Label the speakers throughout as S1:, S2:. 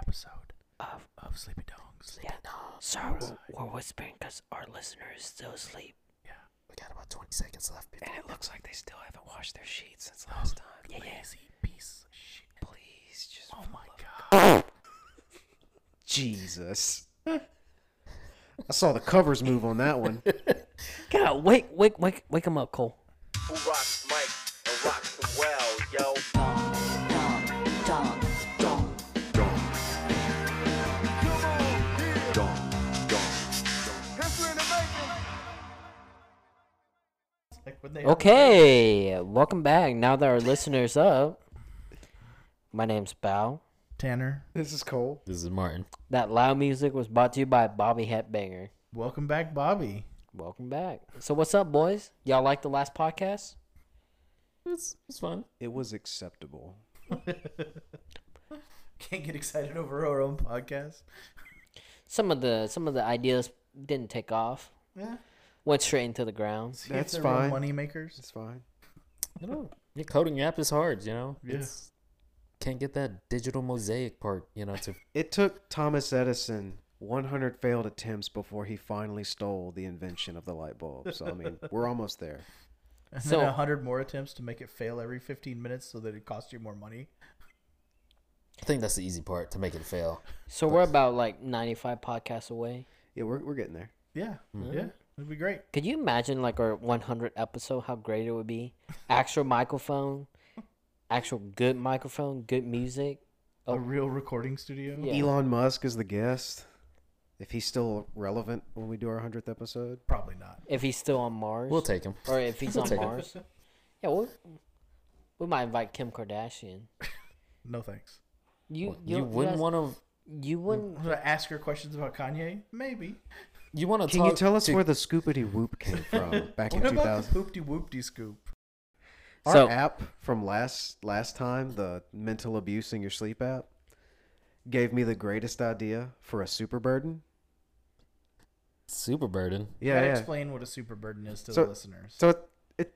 S1: episode of, of Sleepy Dogs.
S2: Yeah, no. Sorry, we're, we're whispering because our listeners still asleep.
S3: We got about 20 seconds left before.
S2: And it looks like they still haven't washed their sheets since last time. Yeah, yeah.
S1: Lazy piece of shit.
S2: Please, just.
S1: Oh my god.
S4: Jesus. I saw the covers move on that one.
S2: God, wake, wake, wake, wake him up, Cole.
S5: Who rocks Mike and rocks the well, yo?
S2: Okay, welcome back. Now that our listeners up, my name's Bao.
S1: Tanner,
S4: This is Cole.
S3: This is Martin.
S2: That loud music was brought to you by Bobby Hatbanger.
S1: welcome back, Bobby.
S2: Welcome back. So what's up, boys? Y'all like the last podcast?
S3: It's, it's fun.
S4: It was acceptable.
S1: Can't get excited over our own podcast.
S2: Some of the some of the ideas didn't take off.
S1: Yeah.
S2: Went straight into the ground.
S1: See if
S4: That's
S1: they're real
S4: fine.
S1: Money makers.
S4: It's fine.
S3: You know, your coding app is hard, you know?
S1: Yeah.
S3: It's, can't get that digital mosaic part, you know, to.
S4: It took Thomas Edison 100 failed attempts before he finally stole the invention of the light bulb. So, I mean, we're almost there.
S1: And
S2: So-
S1: then a hundred more attempts to make it fail every fifteen minutes so that it costs you more money.
S3: I think that's the easy part to make it fail.
S2: So we're about like 95 podcasts away.
S4: Yeah, we're, we're getting there.
S1: Yeah.
S4: Hmm.
S1: Yeah. It'd be great.
S2: Could you imagine like our 100 episode how great it would be? Actual microphone, actual good microphone, good music. Oh.
S1: A real recording studio.
S2: Yeah.
S4: Elon Musk is the guest. If he's still relevant when we do our 100th episode,
S1: Probably not.
S2: If he's still on Mars,
S3: We'll take him.
S2: or if he's
S3: We'll
S2: on
S3: take it.
S2: Mars, yeah, we'll, we might invite Kim Kardashian.
S1: No thanks.
S2: You
S3: You, wouldn't want to.
S2: to. You wouldn't.
S1: Should I ask her questions about Kanye? Maybe.
S3: You want to
S4: Can you tell us where the scoopity whoop came from Oh, back in
S1: What about
S4: 2000?
S1: the poopty whoopty scoop?
S4: Our
S2: So-
S4: app from last last time, the mental abuse in your sleep app, gave me the greatest idea for a super burden.
S3: Super burden.
S4: Yeah,
S1: Gotta
S4: yeah.
S1: explain what a super burden is to
S4: So-
S1: the listeners.
S4: So it, it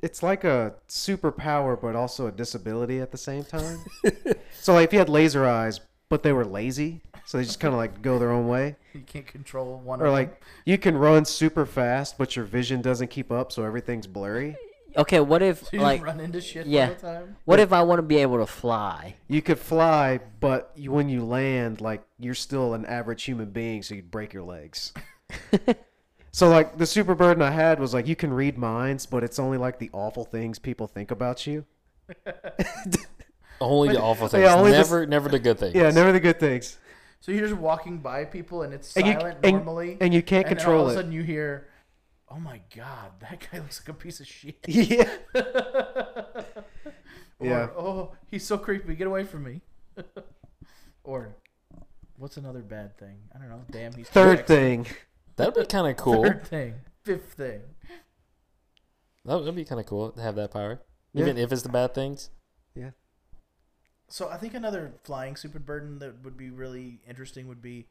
S4: it's like a superpower, but also a disability at the same time. so like, if you had laser eyes, but they were lazy, so they just kind of like go their own way,
S1: you can't control one
S4: or
S1: of
S4: like you can run super fast, but your vision doesn't keep up, so everything's blurry.
S2: Okay, what if
S1: them. You
S2: like
S1: run into shit
S2: yeah.
S1: all the time.
S2: what if I want to be able to fly?
S4: You could fly, but you, when you land, like you're still an average human being, so you'd break your legs. so like the super burden I had was like you can read minds, but it's only like the awful things people think about you.
S3: Only the awful things.
S4: only the s-
S3: never, never the good things.
S4: Yeah, never the good things.
S1: So you're just walking by people and it's
S4: And you-
S1: silent
S4: and-
S1: normally,
S4: and you can't
S1: and then
S4: control
S1: all
S4: it.
S1: of a sudden you hear, "Oh my god, that guy looks like a piece of shit."
S4: Yeah.
S1: Or,
S4: yeah.
S1: Oh, he's so creepy. Get away from me. or, what's another bad thing? I don't know. Damn, he's
S4: Third
S1: sexy.
S4: thing.
S3: That'd be kind of cool.
S1: Third thing. Fifth thing.
S3: That would be kind of cool to have that power, even if it's the bad things.
S4: Yeah.
S1: So I think another flying super burden that would be really interesting would be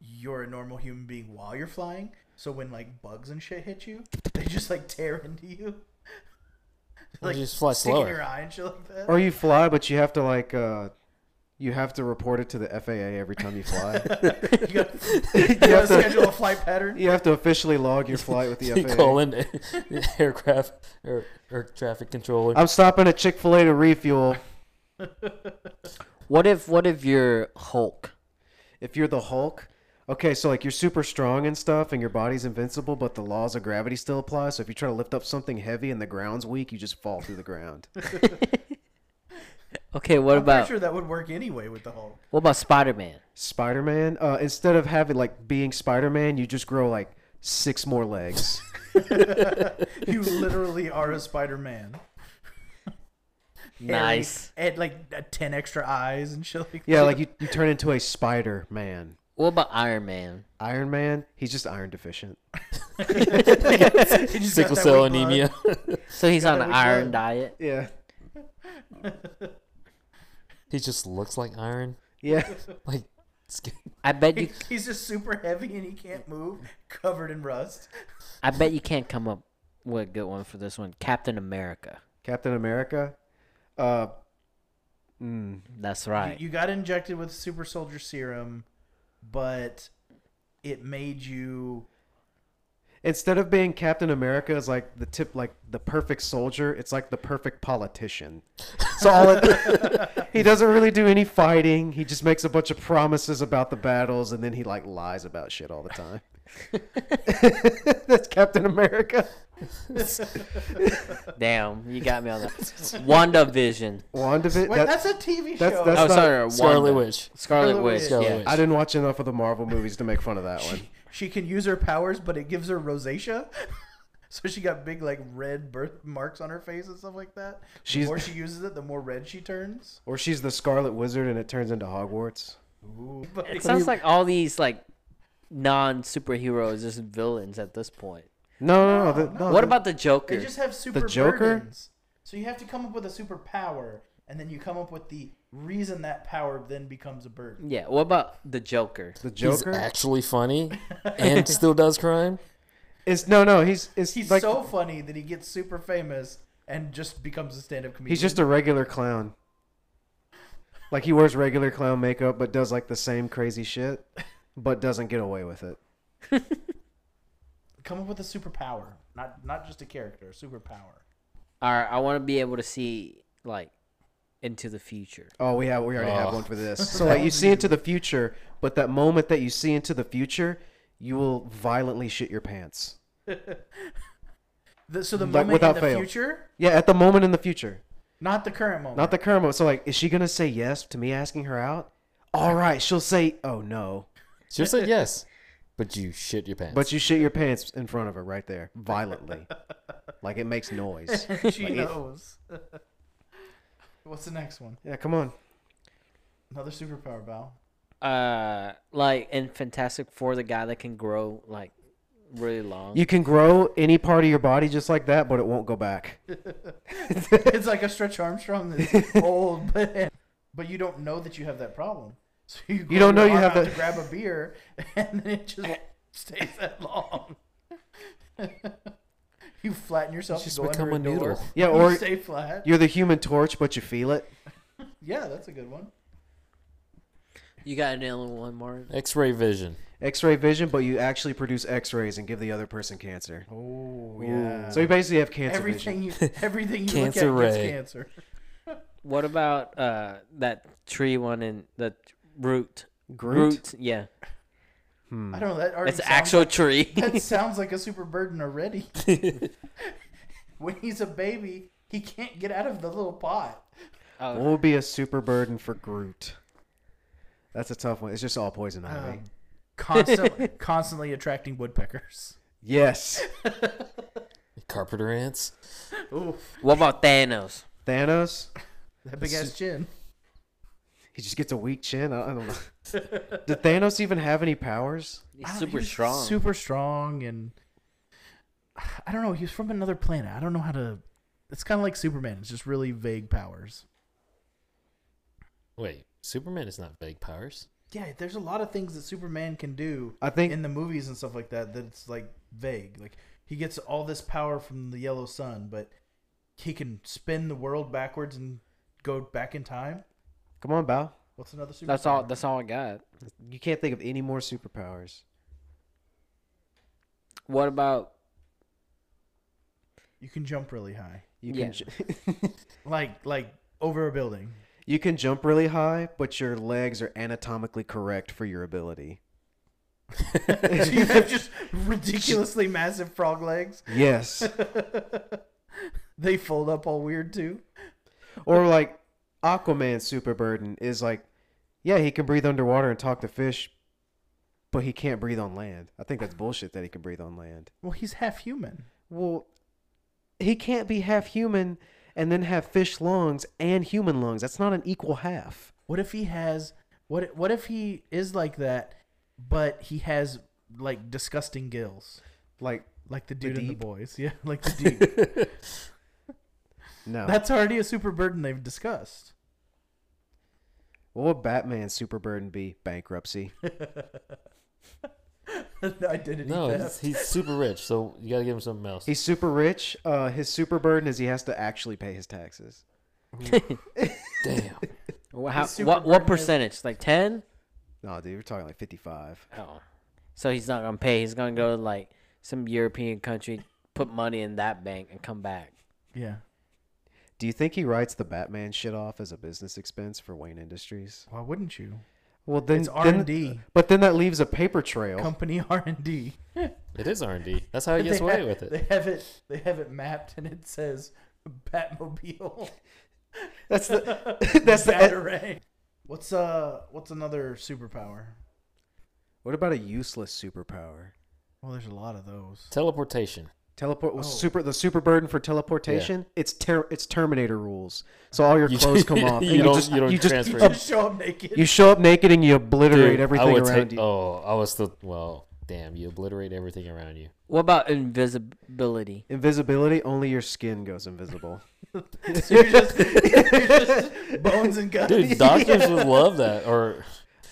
S1: you're a normal human being while you're flying. So when like bugs and shit hit you, they just like tear into you.
S3: Or you just fly
S1: stick in
S3: slower.
S1: your eye and shit like that.
S4: Or you fly, but you have to like uh you have to report it to the FAA every time you fly.
S1: you gotta,
S4: you,
S1: you gotta
S4: have to,
S1: schedule a flight pattern.
S4: you have to officially log your flight with the
S3: you
S4: FAA.
S3: call in the aircraft or air traffic
S2: Uh,
S3: controller.
S4: I'm stopping at Chick Fil A to refuel.
S2: What if what if you're Hulk?
S4: If you're the Hulk, okay, so like you're super strong and stuff, and your body's invincible, but the laws of gravity still apply. So if you try to lift up something heavy and the ground's weak, you just fall through the ground.
S2: Okay, what
S1: I'm
S2: about
S1: pretty sure that would work anyway with the Hulk.
S2: what about Spider Man?
S4: Spider Man, uh, instead of having like being Spider Man, you just grow like six more legs.
S1: You literally are a Spider Man.
S2: Nice.
S1: And like uh, ten extra eyes and shit like
S4: yeah,
S1: that.
S4: like you, you turn into a Spider Man.
S2: What about Iron Man?
S4: Iron Man, he's just iron deficient.
S1: You just got
S3: Sickle
S1: that
S3: cell
S1: weak blood.
S3: anemia.
S2: So he's on
S1: that
S2: an
S1: we
S2: iron
S1: could.
S2: diet.
S4: Yeah.
S3: he just looks like iron.
S4: Yeah.
S3: Like skin.
S2: I bet you
S1: He- He's just super heavy and he can't move, covered in rust.
S2: I bet you can't come up with a good one for this one. Captain America.
S4: Captain America. Uh, Mm.
S2: That's right.
S1: You, you got injected with super soldier serum, but it made you.
S4: Instead of being Captain America as like the tip, like the perfect soldier, it's like the perfect politician. So all it, he doesn't really do any fighting. He just makes a bunch of promises about the battles, and then he like lies about shit all the time. That's Captain America.
S2: Damn, you got me on that. WandaVision.
S4: WandaVision.
S1: Wait,
S4: that-
S1: that's a TV
S4: that's-
S1: show.
S4: that's-
S2: oh,
S4: not-
S2: sorry,
S3: Scarlet
S2: Wanda.
S3: Witch.
S2: Scarlet
S1: Scarlet
S2: Witch.
S1: Witch.
S2: yeah.
S3: Scarlet Witch.
S4: I didn't watch enough of the Marvel movies to make fun of that one.
S1: she, she can use her powers, but it gives her rosacea. So she got big like red birth marks on her face and stuff like that.
S4: She's-
S1: the more she uses it, the more red she turns.
S4: Or she's the Scarlet Wizard, and it turns into Hogwarts.
S1: Ooh, buddy.
S2: It sounds like all these like non superheroes just villains at this point.
S4: No, no, no. the-
S3: Oh,
S4: no,
S2: What
S4: the-
S2: about the Joker?
S1: They just have super
S4: Joker?
S1: burdens. So you have to come up with a superpower, and then you come up with the reason that power then becomes a burden.
S2: Yeah, what about the Joker?
S4: the
S3: He's
S4: Joker?
S3: actually funny and still does crime.
S4: It's no, no. He's it's
S1: He's
S4: like
S1: so funny that he gets super famous and just becomes a stand-up comedian.
S4: he's just a regular clown. Like he wears regular clown makeup, but does like the same crazy shit, but doesn't get away with it.
S1: come up with a superpower, not not just a character, a superpower.
S2: All right, I want to be able to see like into the future.
S4: Oh, we have we already have
S3: Oh.
S4: one for this. So like you see into the future, but that moment that you see into the future, you will violently shit your pants.
S1: The, so the
S4: Like,
S1: moment in
S4: without
S1: the
S4: fail.
S1: future,
S4: Yeah, at the moment in the future.
S1: not the current moment.
S4: Not the current moment. So like, is she gonna say yes to me asking her out? All right, she'll say, "Oh no,"
S3: She'll say yes, but you shit your pants.
S4: but you shit your pants in front of her right there, violently, like it makes noise.
S1: she knows. What's the next one?
S4: Yeah, come on.
S1: Another superpower, Val.
S2: Uh, like in Fantastic Four, the guy that can grow like really long.
S4: You can grow any part of your body just like that, but it won't go back.
S1: it's like a Stretch Armstrong that's old, but but you don't know that you have that problem. So you, go
S4: don't know
S1: your arm
S4: you have
S1: out
S4: that-
S1: to grab a beer, and then it just stays that long. you flatten yourself.
S3: Just
S1: to go
S3: become
S1: under
S3: a
S1: door.
S3: noodle.
S4: Yeah,
S1: You
S4: or-
S1: stay flat.
S4: You're the human torch, but you feel it.
S1: Yeah, that's a good one.
S2: You got another one, Mark?
S3: X-ray vision.
S4: X ray vision, but you actually produce X rays and give the other person cancer.
S1: Oh yeah.
S4: So you basically have cancer vision.
S1: everything you everything you
S3: Cancer
S1: look at
S3: ray.
S1: gets cancer.
S2: What about uh that tree one and the root?
S4: Groot?
S2: yeah,
S1: I don't know. That already
S2: it's an
S1: sounds
S2: actual tree.
S1: That sounds like a super burden already. when he's a baby, he can't get out of the little pot.
S4: What would be a super burden for Groot? That's a tough one. It's just all poison ivy.
S1: Um, constantly, constantly attracting woodpeckers.
S4: yes.
S3: Carpenter ants.
S1: Oof,
S2: What about Thanos?
S4: Thanos?
S1: that big ass chin.
S4: He just gets a weak chin. I I don't know. Did Thanos even have any powers?
S2: He's
S1: I don't-
S2: super
S1: he was
S2: strong.
S1: Ah, Super strong, and I don't know. He was from another planet. I don't know how to. It's kind of like Superman. It's just really vague powers.
S3: Wait, Superman is not vague powers.
S1: Yeah, there's a lot of things that Superman can do.
S4: I think-
S1: in the movies and stuff like that, that it's like vague. Like he gets all this power from the yellow sun, but he can spin the world backwards and go back in time.
S4: Come on, Bao.
S1: What's another super?
S2: That's all. That's all I got.
S4: You can't think of any more superpowers.
S2: What about
S1: you can jump really high,
S4: You
S2: Yeah.
S4: can ju-
S1: like like over a building.
S4: You can jump really high, but your legs are anatomically correct for your ability.
S1: so you have just ridiculously massive frog legs.
S4: Yes.
S1: They fold up all weird too.
S4: or like Aquaman's super burden is like, yeah, he can breathe underwater and talk to fish, but he can't breathe on land. I think that's bullshit that he can breathe on land.
S1: Well, he's half human.
S4: Well, he can't be half human and then have fish lungs and human lungs. That's not an equal half.
S1: What if he has what what if he is like that, but he has like disgusting gills?
S4: Like,
S1: Like the dude in the
S4: deep?
S1: boys. Yeah, like the deep.
S4: no.
S1: That's already a super burden they've discussed.
S4: what would Batman's super burden be? Bankruptcy.
S1: Identity
S3: No, he's,
S1: theft.
S3: he's super rich, so you gotta give him something else.
S4: He's super rich. Uh, his super burden is he has to actually pay his taxes.
S3: Damn.
S2: Wha- how-
S1: super
S2: what
S1: burden
S2: what
S1: is-
S2: percentage? Like ten?
S4: No, dude, we're talking like 55.
S2: Oh, so he's not gonna pay. He's gonna go to like some European country, put money in that bank, and come back.
S1: Yeah.
S4: Do you think he writes the Batman shit off as a business expense for Wayne Industries?
S1: Why wouldn't you?
S4: Well, then
S1: It's
S4: then-
S1: R&D.
S4: But then that leaves a paper trail.
S1: Company R and D.
S3: It is R&D. That's how he gets away with it.
S1: They have it. They have it mapped, and it says Batmobile.
S4: That's the that's the.
S1: Batarang. What's uh? What's another superpower?
S4: What about a useless superpower?
S1: Well, there's a lot of those.
S3: Teleportation.
S4: Teleport was
S1: Oh.
S4: super the super burden for teleportation. It's ter- it's Terminator rules. So all your clothes come off. and
S3: You don't- you don't
S4: You,
S3: transfer.
S4: ab-
S1: Just show up naked.
S4: you show up naked and you obliterate
S3: Dude, I
S4: everything
S3: would
S4: around
S3: take-
S4: you.
S3: Oh, I was still. Well, damn. You obliterate everything around you.
S2: What about invisibility?
S4: Invisibility. Only your skin goes invisible.
S1: So you're just, you're just bones and guts.
S3: Dude, doctors would love that. Or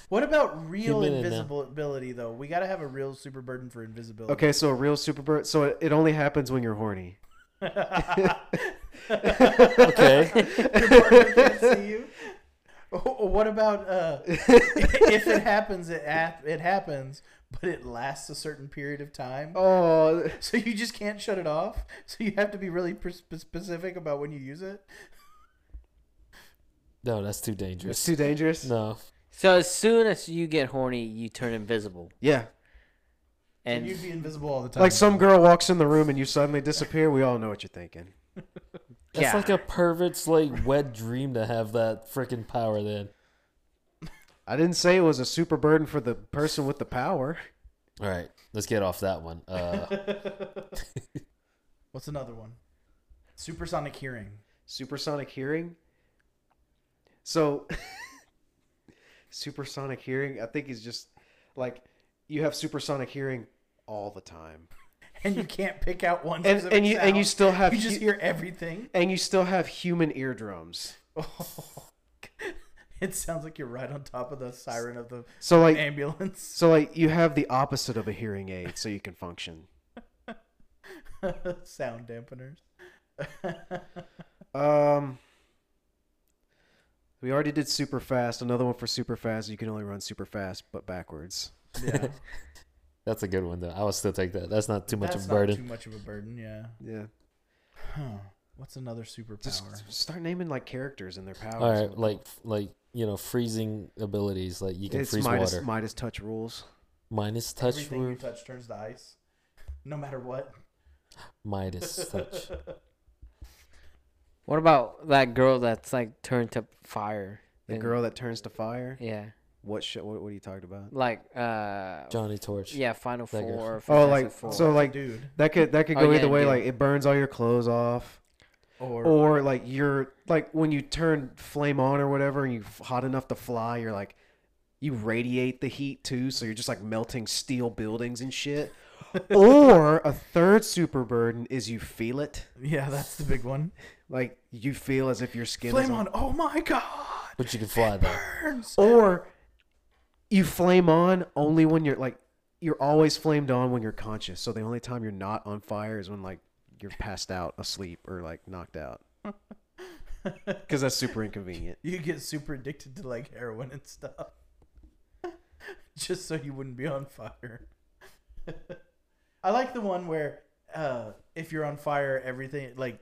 S1: What about real
S3: Human and, uh,
S1: invisibility though? We gotta have a real super burden for invisibility.
S4: okay, so a real super burden. So it, it only happens when you're horny.
S3: okay,
S1: partner can't see you. Oh, What about uh, if it happens? It hap- it happens, but it lasts a certain period of time.
S4: Oh,
S1: So you just can't shut it off. So you have to be really pers- specific about when you use it.
S3: no, that's too
S4: it's
S3: dangerous.
S4: too dangerous.
S3: No,
S2: So as soon as you get horny, you turn invisible,
S4: Yeah,
S1: And
S2: and
S1: you'd be invisible all the time.
S4: like some girl walks in the room and you suddenly disappear. We all know what you're thinking.
S3: that's
S2: Yeah.
S3: like a pervert's like wet dream to have that freaking power. Then.
S4: I didn't say it was a super burden for the person with the power.
S3: All right, let's get off that one. Uh,
S1: What's another one? Supersonic hearing.
S4: Supersonic hearing. So, supersonic hearing, I think is just like you have supersonic hearing all the time,
S1: And you can't pick out one.
S4: and
S1: specific
S4: and you and you
S1: sound.
S4: still have
S1: you just
S4: hu-
S1: hear everything. Oh,
S4: and you still have human eardrums.
S1: it sounds like you're right on top of the siren of the
S4: So like
S1: ambulance.
S4: so like you have the opposite of a hearing aid, so you can function.
S1: Sound dampeners.
S4: Um. We already did super fast. Another one for super fast. You can only run super fast, but backwards.
S1: Yeah,
S3: that's a good one though. I would still take that. That's not too much
S1: that's
S3: of a
S1: not
S3: burden.
S1: too much of a burden. Yeah.
S4: Yeah.
S1: Huh. What's another
S4: Just
S1: superpower?
S4: start naming like characters and their powers.
S3: All right, like like you know, freezing abilities. Like you can
S4: it's
S3: freeze
S4: Midas,
S3: water.
S4: Midas touch rules.
S3: Minus touch
S1: Everything you
S3: roof.
S1: touch turns to ice, no matter what.
S3: Midas touch.
S2: what about that girl that's like turned to fire?
S4: The
S2: And-
S4: girl that turns to fire.
S2: yeah,
S4: What shit? What, what are you talking about?
S2: like uh,
S3: Johnny Torch.
S2: yeah, Final
S3: That girl.
S2: Four.
S4: Oh,
S2: Fantastic
S4: like
S2: Four.
S4: so, like
S1: dude,
S4: that could that could
S2: Oh,
S4: go
S2: yeah,
S4: either way.
S2: dude.
S4: Like it burns all your clothes off,
S1: or,
S4: or like you're like when you turn flame on or whatever, and you f- hot enough to fly, you're like you radiate the heat too, so you're just like melting steel buildings and shit. or a third super burden is you feel it,
S1: yeah, that's the big one.
S4: like you feel as if your skin is
S1: Flame on!
S4: on
S1: Oh my god!
S3: But you can fly though.
S1: Burns.
S4: or you flame on only when you're like you're always flamed on when you're conscious so the only time you're not on fire is when like you're passed out asleep or like knocked out because that's super inconvenient
S1: You get super addicted to like heroin and stuff, just so you wouldn't be on fire. I like the one where uh, if you're on fire, everything like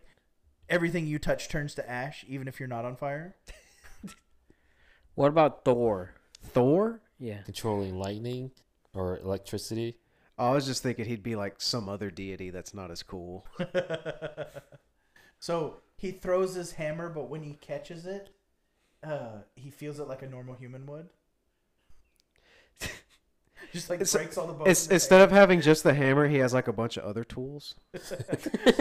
S1: everything you touch turns to ash, even if you're not on fire.
S2: what about Thor?
S4: thor
S2: Yeah,
S3: Controlling lightning or electricity.
S4: i was just thinking he'd be like some other deity that's not as cool
S1: So he throws his hammer, but when he catches it, uh, he feels it like a normal human would. Just like
S4: It's-
S1: breaks all the bones.
S4: it's,
S1: in his
S4: instead of having just the hammer he has like a bunch of other tools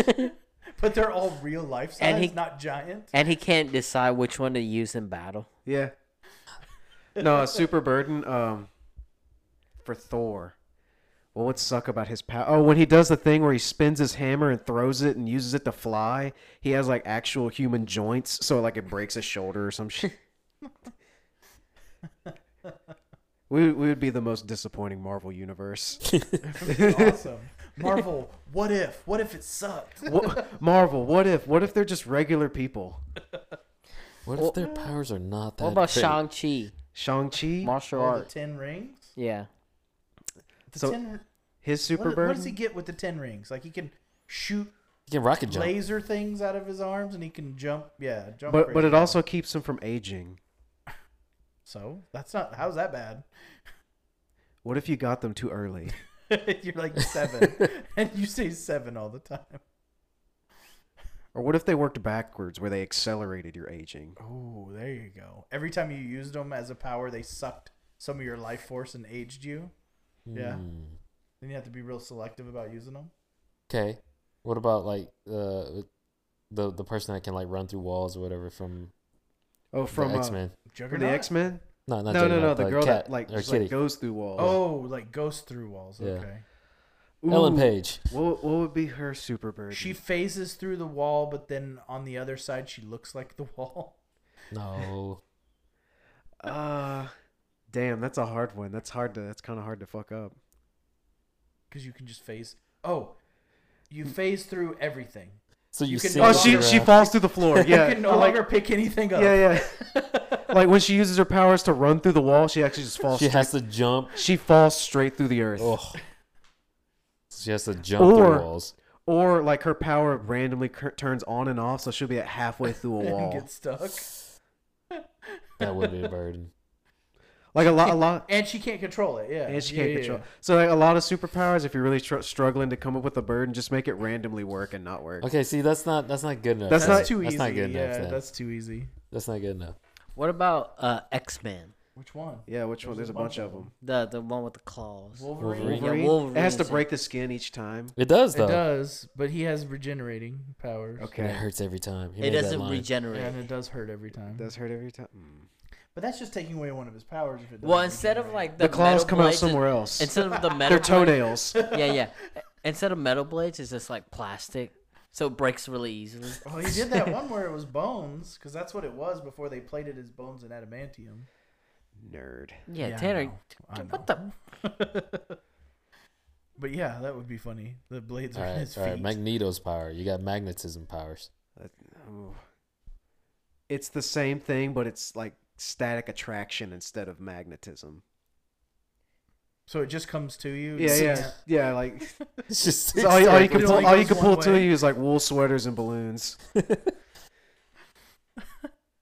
S1: hand. but they're all real life size,
S2: And he-
S1: not giant.
S2: and he can't decide which one to use in battle.
S4: yeah no a super burden um for thor What would suck about his power? Oh, when he does the thing where he spins his hammer and throws it and uses it to fly, he has like actual human joints, so like it breaks his shoulder or some shit. we we would be the most disappointing Marvel universe.
S1: awesome. Marvel, what if? What if it sucked?
S4: What, Marvel, what if? What if they're just regular people?
S3: What if
S2: Well-
S3: their powers are not that
S2: What about
S3: great?
S2: Shang Chi?
S4: Shang-Chi,
S2: Martial
S1: Or the
S2: arts.
S1: ten rings.
S2: Yeah.
S1: The
S4: So,
S1: ten. What,
S4: his super
S1: what
S4: bird.
S1: does he get with the ten rings? Like he can shoot
S3: He can rocket jump.
S1: laser things out of his arms, and he can jump. Yeah, jump.
S4: but but
S1: crazy.
S4: it also keeps him from aging.
S1: So that's not. How's that bad?
S4: What if you got them too early?
S1: You're like seven, and you say seven all the time.
S4: Or what if they worked backwards where they accelerated your aging?
S1: Oh, there you go. Every time you used them as a power, they sucked some of your life force and aged you. Yeah.
S3: Hmm.
S1: Then you have to be real selective about using them.
S3: Okay. What about like uh, the the person that can like run through walls or whatever from,
S4: Oh, from
S3: the
S4: uh,
S3: X Men?
S4: from
S1: Juggernaut.
S4: the X Men?
S3: No,
S4: No,
S3: not
S4: no,
S3: Juggernaut,
S4: no. The girl
S3: cat
S4: that like,
S3: or
S4: just, like
S3: kitty.
S4: goes through walls.
S1: Oh, like goes through walls.
S3: Yeah.
S1: Okay.
S3: Ellen
S4: Ooh,
S3: Page.
S4: What, what would be her super bird?
S1: Oh, She phases through the wall, but then on the other side, she looks like the wall.
S3: No.
S4: Uh, damn, that's a hard one. That's hard to. That's kind of hard to fuck up.
S1: because you can just phase. Oh, you phase through everything.
S3: So you,
S1: You can-
S3: see.
S1: Oh,
S3: it
S1: she-
S3: around.
S4: falls through the floor.
S1: you can no
S4: or Oh, like-
S1: longer pick anything up.
S4: yeah, yeah. like when she uses her powers to run through the wall, she actually just falls.
S3: She
S4: straight,
S3: has to jump.
S4: she falls straight through the earth.
S3: Oh. She has to jump
S4: Or-
S3: through walls.
S4: Or like her power randomly cur- turns on and off, so she'll be at halfway through a
S1: and
S4: wall.
S1: get stuck.
S3: That would be a burden.
S4: Like a lot, a lot.
S1: And she can't control it. Yeah,
S4: And she
S1: Yeah,
S4: can't
S1: yeah,
S4: control.
S1: yeah.
S4: So like a lot of superpowers, if you're really tr- struggling to come up with a burden, just make it randomly work and not work.
S3: Okay, see, that's not that's not good enough.
S4: That's
S1: That's,
S3: then.
S4: not-
S1: too easy.
S3: That's not good enough.
S1: yeah,
S3: then.
S1: that's too easy.
S3: That's not good enough.
S2: What about uh, X Men?
S1: Which one?
S4: Yeah, which one? There's a bunch of them.
S2: The the one with the claws.
S1: Wolverine.
S3: Wolverine. Yeah,
S2: Wolverine.
S4: It has to
S2: Wolverine's-
S4: break the skin each time.
S3: It does
S1: It
S3: though.
S1: does, but he has regenerating powers.
S3: And it
S4: Okay,
S3: hurts every time. He
S2: It
S3: made that
S2: doesn't
S3: line.
S2: regenerate.
S1: and it does hurt every time.
S4: does hurt every time. Mm.
S1: But that's just taking away one of his powers. If it doesn't
S2: well, instead of
S1: regenerate.
S2: like the,
S4: The claws
S2: metal
S4: come out
S2: blades, it-
S4: somewhere else.
S2: Instead of the metal
S4: They're
S2: blades-
S4: toenails.
S2: yeah, yeah. Instead of metal blades, it's just like plastic, so it breaks really easily.
S1: Well, Oh, he did that one where it was bones, because that's what it was before they plated his bones in adamantium.
S4: Nerd.
S2: Yeah,
S1: Yeah, I
S2: Tanner,
S1: know. I
S2: what the?
S1: But yeah, that would be funny. The blades
S3: All
S1: are in
S3: right,
S1: his
S3: all right.
S1: feet.
S3: Magneto's power. You got magnetism powers.
S4: That- ooh. It's the same thing, but it's like static attraction instead of magnetism.
S1: so it just comes to you.
S4: Yeah,
S1: You
S4: yeah,
S1: can't-
S4: yeah. Like
S3: It's just
S4: all, you- all you can
S1: It
S4: pull,
S1: only
S4: all you
S1: goes
S4: can pull
S1: one
S4: to
S1: way.
S4: you is like wool sweaters and balloons.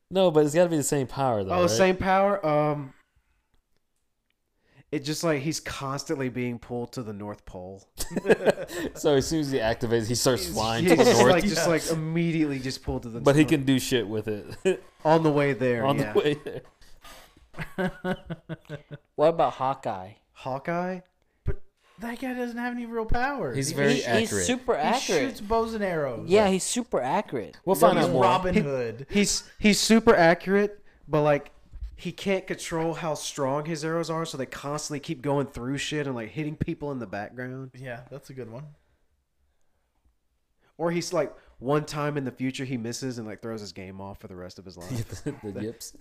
S3: no, but it's got to be the same power though.
S4: Oh,
S3: right?
S4: same power. Um, it just like he's constantly being pulled to the North Pole.
S3: So as soon as he activates, he starts flying
S4: Yeah,
S3: to the
S4: just
S3: north.
S4: like just like immediately just pulled to the.
S3: but he can do shit with it
S4: on the way there.
S3: on
S4: yeah.
S3: the way. There.
S2: What about Hawkeye?
S4: Hawkeye.
S1: But that guy doesn't have any real power.
S3: He's
S1: he,
S3: very
S2: He-
S3: accurate.
S2: He's super
S1: He
S2: accurate.
S1: shoots bows and arrows.
S2: yeah, he's super accurate.
S3: We'll
S1: He's
S3: find out more.
S1: Robin Hood.
S4: He's he's super accurate, but like he can't control how strong his arrows are, so they constantly keep going through shit and like hitting people in the background.
S1: Yeah, that's a good one.
S4: Or he's like one time in the future he misses and like throws his game off for the rest of his life.
S3: the, the yips.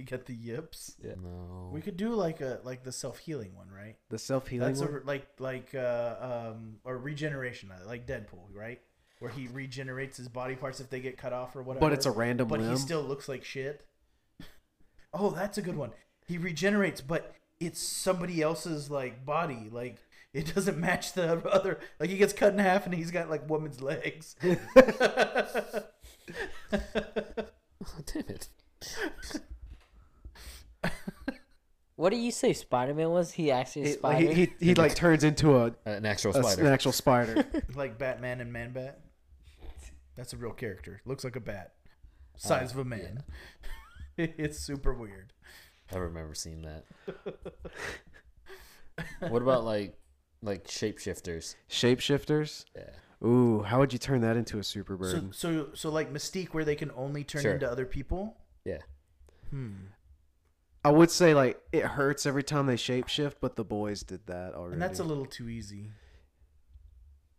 S1: You get the yips.
S3: No.
S1: We could do like a like the self healing one, right?
S4: The self healing.
S1: That's a, like like uh, um or regeneration, uh, like Deadpool, right? Where he regenerates his body parts if they get cut off or whatever.
S4: But it's a random
S1: but
S4: limb.
S1: he still looks like shit. Oh, that's a good one. He regenerates, but it's somebody else's like body. Like it doesn't match the other. Like he gets cut in half and he's got like woman's legs.
S3: Damn it.
S2: What do you say Spider Man was? He actually a
S4: He-
S2: spider.
S4: he, he, he like turns into a,
S3: Uh, An actual
S4: a s-
S3: spider.
S4: an actual spider.
S1: like Batman and Man Bat. That's a real character. Looks like a bat,
S4: Uh,
S1: size of a man. it's super weird.
S3: I remember seeing that. what about like like shapeshifters?
S4: Shapeshifters.
S3: Yeah.
S4: Ooh, how would you turn that into a super
S1: So,
S4: bird?
S1: so, so like Mystique, where they can only turn
S3: Sure.
S1: into other people.
S3: Yeah.
S1: Hmm.
S4: I would say like it hurts every time they shapeshift, but the boys did that already.
S1: And that's a little too easy.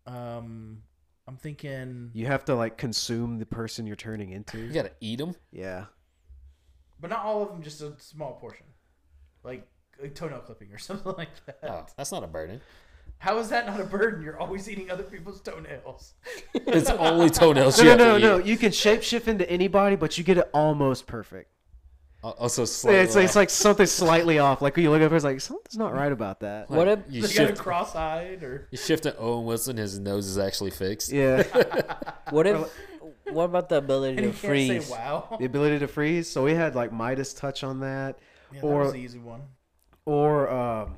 S1: Um, I'm thinking,
S4: You have to like consume the person you're turning into.
S3: You gotta eat them.
S4: Yeah.
S1: but not all of them, just a small portion, like, like toenail clipping or something like that.
S3: Oh, that's not a burden.
S1: How is that not a burden? You're always eating other people's toenails.
S3: It's only toenails.
S4: No,
S3: you
S4: no,
S3: have to
S4: no, no.
S3: eat.
S4: You can shapeshift into anybody, but you get it almost perfect.
S3: Al- Also, slightly
S4: It's like, it's
S3: off.
S4: like something slightly off. Like when you look over, it's like something's not right about that.
S2: What if
S3: you
S1: They got a
S3: shift.
S1: cross-eyed or
S3: You shift to Owen Wilson. His nose is actually fixed.
S4: Yeah,
S2: what if what about the ability
S1: and
S2: to
S1: you can't
S2: freeze?
S1: say wow.
S4: the ability to freeze. So we had like Midas touch on that,
S1: Yeah, that was
S4: or
S1: the easy one.
S4: or um,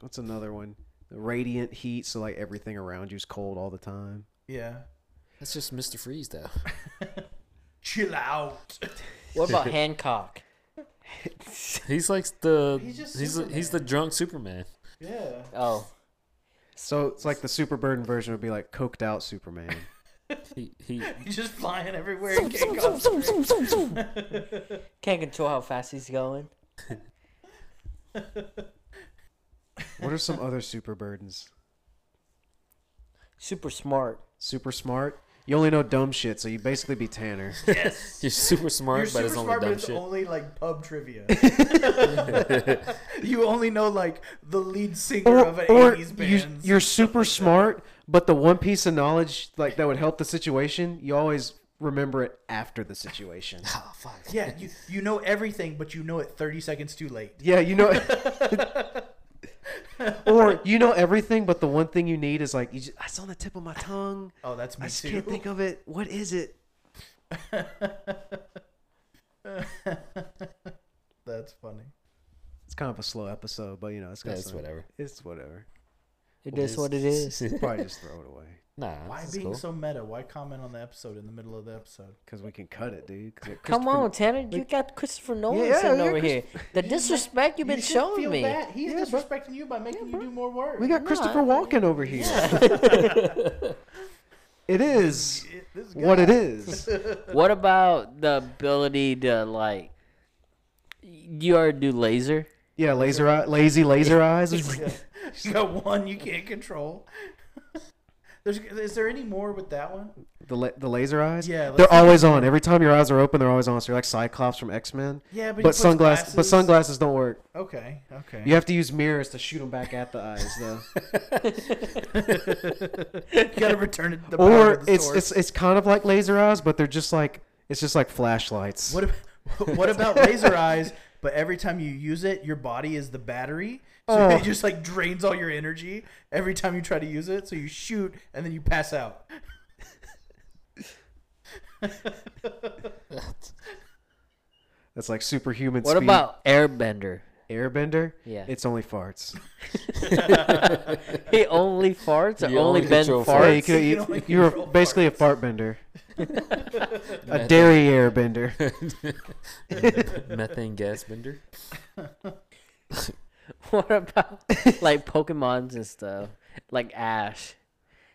S4: what's another one? Radiant heat. So like everything around you is cold all the time.
S1: Yeah.
S3: That's just Mr. Freeze, though.
S1: Chill out.
S2: What about Hancock?
S3: He's like the
S1: He's
S3: he's
S1: just
S3: he's, the- he's the drunk Superman.
S1: Yeah.
S2: Oh,
S4: So it's like the super burden version would be like coked out Superman.
S3: He he
S1: He's just flying everywhere. He can't concentrate.
S2: can't control how fast he's going.
S4: what are some other super burdens?
S2: Super smart.
S4: Super smart. You only know dumb shit, so you basically be Tanner.
S1: Yes.
S3: he's super smart,
S1: You're
S3: but
S1: super
S3: it's only
S1: smart, but
S3: dumb
S1: it's
S3: shit.
S1: only like pub trivia. you only know like the lead singer
S4: or,
S1: of an
S4: or
S1: 80s
S4: you,
S1: band.
S4: you're super smart, but the one piece of knowledge like that would help the situation, you always remember it after the situation.
S3: Ah, fuck.
S1: yeah, you, you know everything, but you know it 30 seconds too late.
S4: yeah, you know. or you know everything, but the one thing you need is like, you just, it's on the tip of my tongue.
S1: Oh, that's me
S4: I just
S1: too.
S4: can't think of it. What is it?
S1: that's funny.
S4: It's kind of a slow episode, but you know, it's got
S3: Yeah, it's
S4: some-
S3: whatever.
S4: It's whatever.
S2: It is what it is.
S4: Probably just throw it away
S3: nah,
S1: Why
S3: this is
S1: being
S3: cool.
S1: so meta? Why comment on the episode in the middle of the episode?
S4: because we can cut it, dude. 'Cause it-
S2: Come
S4: Christopher-
S2: on, Tanner. You got Christopher Nolan
S4: yeah,
S2: sitting
S4: yeah,
S2: over
S4: Christ-
S2: here. The disrespect you've been
S1: should
S2: showing
S1: feel
S2: me.
S1: Bad. He's
S4: Yeah, bro.
S1: disrespecting you by making you do more work.
S4: We got Christopher Walken over here. it is what it is.
S2: What about the ability to like? You already do laser.
S4: Yeah, laser eye, lazy laser eyes.
S1: You got one you can't control. There's, is there any more with that one?
S4: The, la- the laser eyes.
S1: Yeah,
S4: they're
S1: let's-
S4: always on. Every time your eyes are open, they're always on. So you're like Cyclops from X Men.
S1: Yeah, but he
S4: but
S1: puts
S4: sunglasses, but
S1: glasses-
S4: sunglasses don't work.
S1: Okay, okay.
S4: You have to use mirrors to shoot them back at the eyes, though.
S1: You gotta return it. The power
S4: or
S1: to the
S4: it's
S1: source.
S4: it's it's kind of like laser eyes, but they're just like it's just like flashlights.
S1: What about, what about laser eyes? But every time you use it, your body is the battery, so
S4: Oh.
S1: it just like drains all your energy every time you try to use it. So you shoot and then you pass out.
S4: That's like superhuman.
S2: What
S4: speed.
S2: about Airbender?
S4: Airbender?
S2: Yeah.
S4: it's only farts.
S2: He only farts or
S3: You
S2: only
S3: only
S2: bend
S3: control
S4: Yeah,
S2: farts.
S4: you could,
S1: You
S4: you,
S1: can only
S4: you're
S1: control
S4: basically a
S1: farts.
S4: fart bender, a derriere bender.
S3: methane gas bender.
S2: What about like Pokemons and stuff? Like Ash.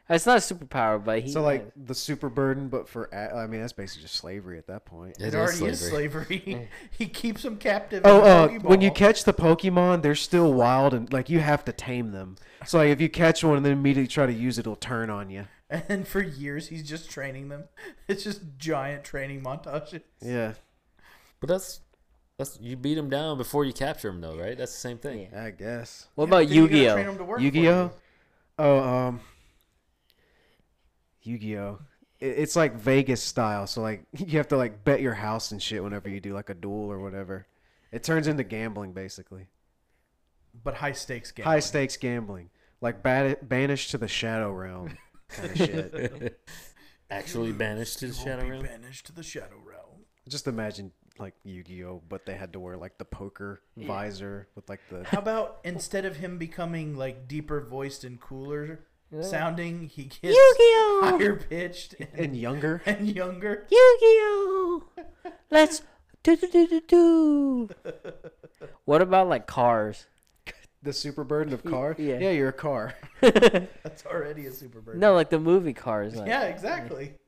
S2: It's not a superpower, but he
S4: So like the super burden, but for a- I mean that's basically just slavery at that point.
S1: It, already is slavery. he keeps them captive.
S4: Oh,
S1: in a
S4: uh, when you
S1: Pokeball.
S4: catch the Pokemon, they're still wild and like you have to tame them. So like, if you catch one and then immediately try to use it, it'll turn on you.
S1: and for years he's just training them. It's just giant training montages.
S4: Yeah,
S3: But that's that's you beat him down before you capture him, though, right? That's the same thing.
S2: Yeah.
S4: I guess.
S2: What about
S1: Then you gotta
S2: Yu-Gi-Oh?
S1: train 'em to work for
S4: Yu-Gi-Oh.
S1: you.
S4: Oh, um, Yu-Gi-Oh. It- It's like Vegas style, so like you have to like bet your house and shit whenever you do like a duel or whatever. It turns into gambling basically.
S1: But high stakes game.
S4: High stakes gambling, like bat- banished to the shadow realm kind of shit.
S3: Actually banished to the shadow realm.
S1: banished to the shadow realm.
S4: Just imagine like Yu-Gi-Oh, but they had to wear like the poker visor with like the
S1: How about instead of him becoming like deeper voiced and cooler sounding, he gets higher pitched and,
S4: and younger.
S1: and younger.
S2: Yu-Gi-Oh! Let's do do do do do. What about like cars?
S4: The super burden of car.
S2: yeah.
S4: yeah, you're a car.
S1: That's already a super bird.
S2: No, like the movie cars. Like,
S1: Yeah, exactly.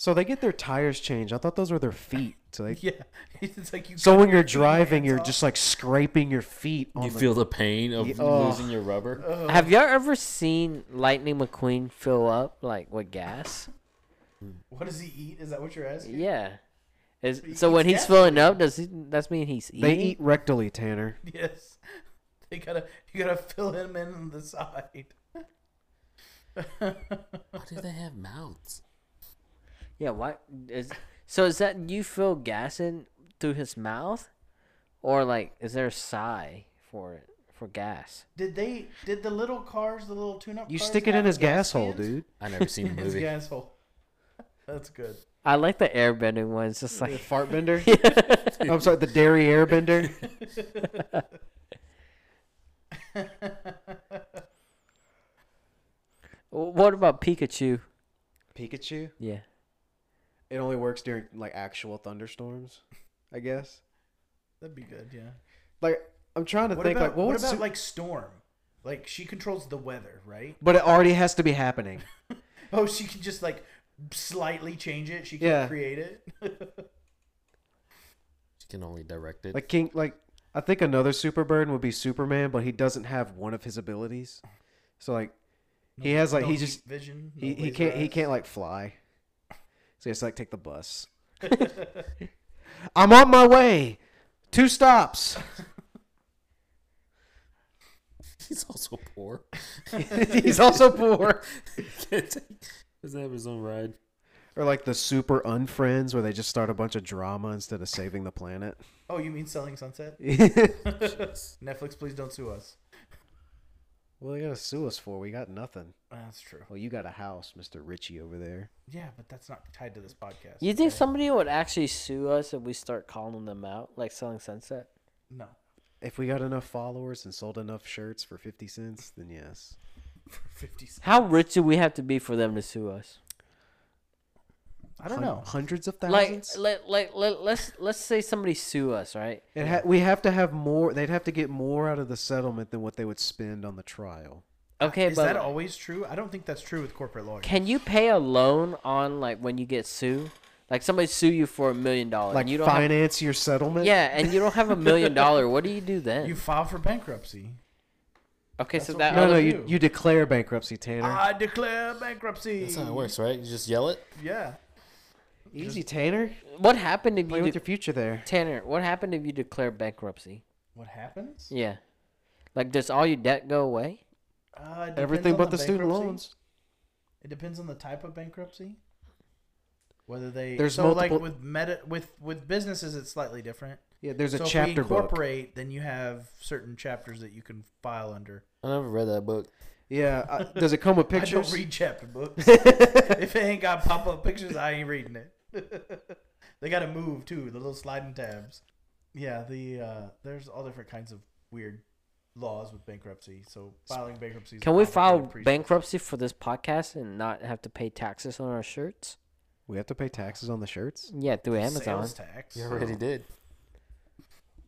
S4: So they get their tires changed. I thought those were their feet. So they
S1: Yeah, it's like you.
S4: So
S1: cut
S4: when you're
S1: feet
S4: driving,
S1: hands
S4: you're
S1: off.
S4: just like scraping your feet on
S3: You
S4: the.
S3: feel the pain of
S4: Yeah, oh.
S3: losing your rubber.
S2: Have y'all ever seen Lightning McQueen fill up like with gas?
S1: What does he eat? Is that what you're asking?
S2: Yeah. Is,
S1: He
S2: so when
S1: eats
S2: he's
S1: gas,
S2: filling up, does he, that's mean he's eating?
S4: they eat rectally, Tanner.
S1: Yes. They gotta you gotta fill him in on the side.
S3: Why do they have mouths?
S2: Yeah, why is so is that you feel gas in through his mouth? Or like is there a sigh for it for gas?
S1: Did they? Did the little cars, the little tune-up?
S4: You
S1: cars
S4: stick it in
S1: have
S4: his gas
S1: gas
S4: hole,
S1: cans?
S4: dude.
S3: I never seen the
S1: His
S3: movie.
S1: gas hole. That's good.
S2: I like the airbending one, it's just
S4: The
S2: like
S4: fart bender. I'm sorry, the dairy air bender.
S2: W- what about Pikachu?
S4: Pikachu.
S2: Yeah.
S4: It only works during like actual thunderstorms, I guess.
S1: That'd be good. Yeah.
S4: Like I'm trying to
S1: What
S4: think
S1: about
S4: like what,
S1: what
S4: would
S1: about
S4: su-
S1: like storm? Like she controls the weather, right?
S4: but it already has to be happening.
S1: Oh, she can just like slightly change it. She can
S4: Yeah.
S1: create it.
S3: You can only direct it.
S4: Like King like I think another super burden would be Superman, but he doesn't have one of his abilities. So like he has like
S1: No
S4: he
S1: heat
S4: just
S1: vision. no
S4: he, he
S1: laser
S4: can't he
S1: eyes.
S4: can't like fly. So he has to like take the bus. I'm on my way. Two stops.
S3: He's also poor.
S4: He's also poor.
S3: Can't take- Doesn't have his own ride.
S4: Or like the super unfriends where they just start a bunch of drama instead of saving the planet.
S1: Oh, you mean Selling Sunset? Netflix, please don't sue us.
S4: Well, they gotta sue us for. We got nothing.
S1: That's true.
S4: Well, you got a house, Mister Richie over there.
S1: Yeah, but that's not tied to this podcast.
S2: You think
S1: okay?
S2: somebody would actually sue us if we start calling them out, like selling sunset?
S1: No.
S4: If we got enough followers and sold enough shirts for fifty cents, then yes.
S1: For fifty. cents.
S2: How rich do we have to be for them to sue us?
S1: I don't
S4: Hun-
S1: know.
S4: Hundreds of
S2: Like,
S4: thousands.
S2: like, like, let, let's let's say somebody sue us, right?
S4: it ha- we have to have more. They'd have to get more out of the settlement than what they would spend on the trial.
S2: Okay,
S1: Is
S2: but
S1: that
S2: like,
S1: always true? I don't think that's true with corporate lawyers.
S2: can you pay a loan on like when you get sued? Like somebody sue you for a million dollars,
S4: Like
S2: and you don't have,
S4: finance your settlement.
S2: yeah, and you don't have a million dollar. What do you do then?
S1: You file for bankruptcy.
S2: okay,
S1: that's
S2: so
S1: what
S2: that
S1: we-
S4: No, no,
S2: other-
S4: you,
S1: you.
S4: you declare bankruptcy, Tanner.
S1: I declare bankruptcy.
S3: That's how it works, right? You just yell it.
S1: Yeah.
S4: Easy, Tanner.
S2: what happened if
S4: Play
S2: you
S4: with
S2: de-
S4: your future there.
S2: Tanner? What happened if you declare bankruptcy?
S1: What happens?
S2: Yeah, like does all your debt go away?
S1: Uh, it depends
S4: Everything
S1: on
S4: but the student
S1: bankruptcy.
S4: loans.
S1: It depends on the type of bankruptcy. Whether they
S4: There's
S1: so like
S4: multiple-
S1: with meta with with businesses it's slightly different.
S4: Yeah, there's a
S1: so if we
S4: chapter book.
S1: incorporate, then you have certain chapters that you can file under.
S3: I never read that book.
S4: Yeah, I, does it come with
S1: I don't
S4: pictures?
S1: read chapter books. if it ain't got pop up pictures, I ain't reading it. they got to move too. The little sliding tabs. Yeah, the uh, there's all different kinds of weird laws with bankruptcy. So filing bankruptcy. is a
S2: Can we file
S1: complicated process.
S2: bankruptcy for this podcast and not have to pay taxes on our shirts?
S4: We have to pay taxes on the shirts.
S2: Yeah, through Amazon.
S1: Sales tax.
S3: You already did.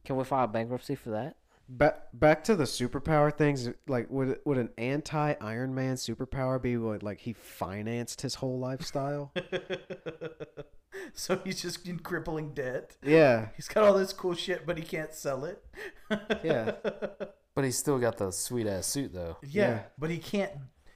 S2: Can we file bankruptcy for that?
S4: Back back to the superpower things. Like, would would an anti Iron Man superpower be what? Like he financed his whole lifestyle.
S1: so he's just in crippling debt.
S4: yeah,
S1: He's got all this cool shit, but he can't sell it.
S4: yeah.
S3: But he's still got the sweet ass suit though.
S1: Yeah,
S4: Yeah.
S1: but he can't.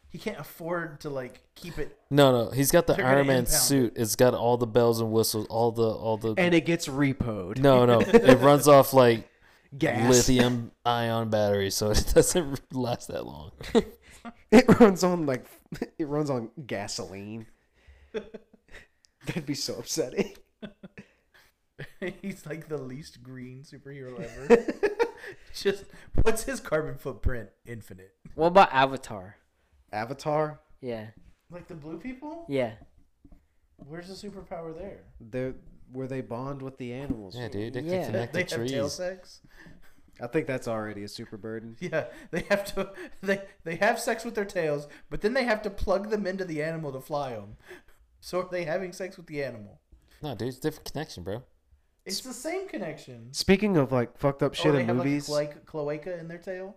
S1: He can't afford to like keep it.
S3: No, no, he's got the
S1: They're gonna
S3: Iron Man
S1: impound it.
S3: suit. It. has got all the bells and whistles, all the all the.
S4: and it gets repoed.
S3: no, no, it runs off like
S4: Gas.
S3: lithium ion batteries, so it doesn't last that long.
S4: It runs on like it runs on gasoline. That'd be so upsetting.
S1: He's like the least green superhero ever. just what's his carbon footprint? Infinite.
S2: What about Avatar?
S4: Avatar.
S2: Yeah,
S1: Like the blue people?
S2: yeah.
S1: Where's the superpower there?
S4: They're where they bond with the animals.
S3: Yeah, dude, they can
S2: Yeah.
S3: connect
S1: they
S3: the
S1: have tail
S3: trees.
S1: sex.
S4: I think that's already a super burden.
S1: Yeah, they have to. They they have sex with their tails, but then they have to plug them into the animal to fly them. So are they having sex with the animal?
S3: No, dude, it's different connection, bro.
S1: It's the same connection.
S4: Speaking of like fucked up
S1: oh,
S4: shit
S1: they
S4: in
S1: have
S4: movies.
S1: like a cloaca- cloaca in their tail.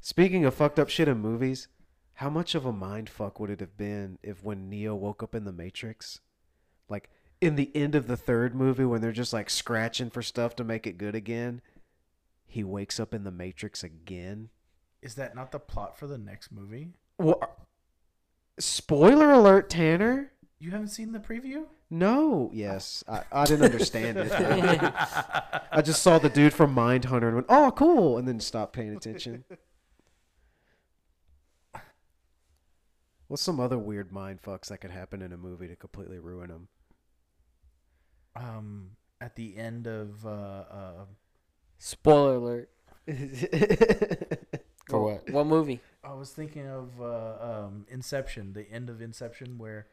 S4: Speaking of fucked up shit in movies, how much of a mind fuck would it have been if when Neo woke up in the Matrix? Like in the end of the third movie when they're just like scratching for stuff to make it good again, he wakes up in the Matrix again.
S1: Is that not the plot for the next movie?
S4: Well, spoiler alert, Tanner.
S1: You haven't seen the preview?
S4: No. Yes. I, I didn't understand it. I just saw the dude from Mindhunter and went, oh, cool. And then stopped paying attention. What's some other weird mind fucks that could happen in a movie to completely ruin them?
S1: Um, at the end of uh, uh
S2: Spoiler alert.
S3: For what?
S2: What movie?
S1: I was thinking of uh, um, Inception, the end of Inception, where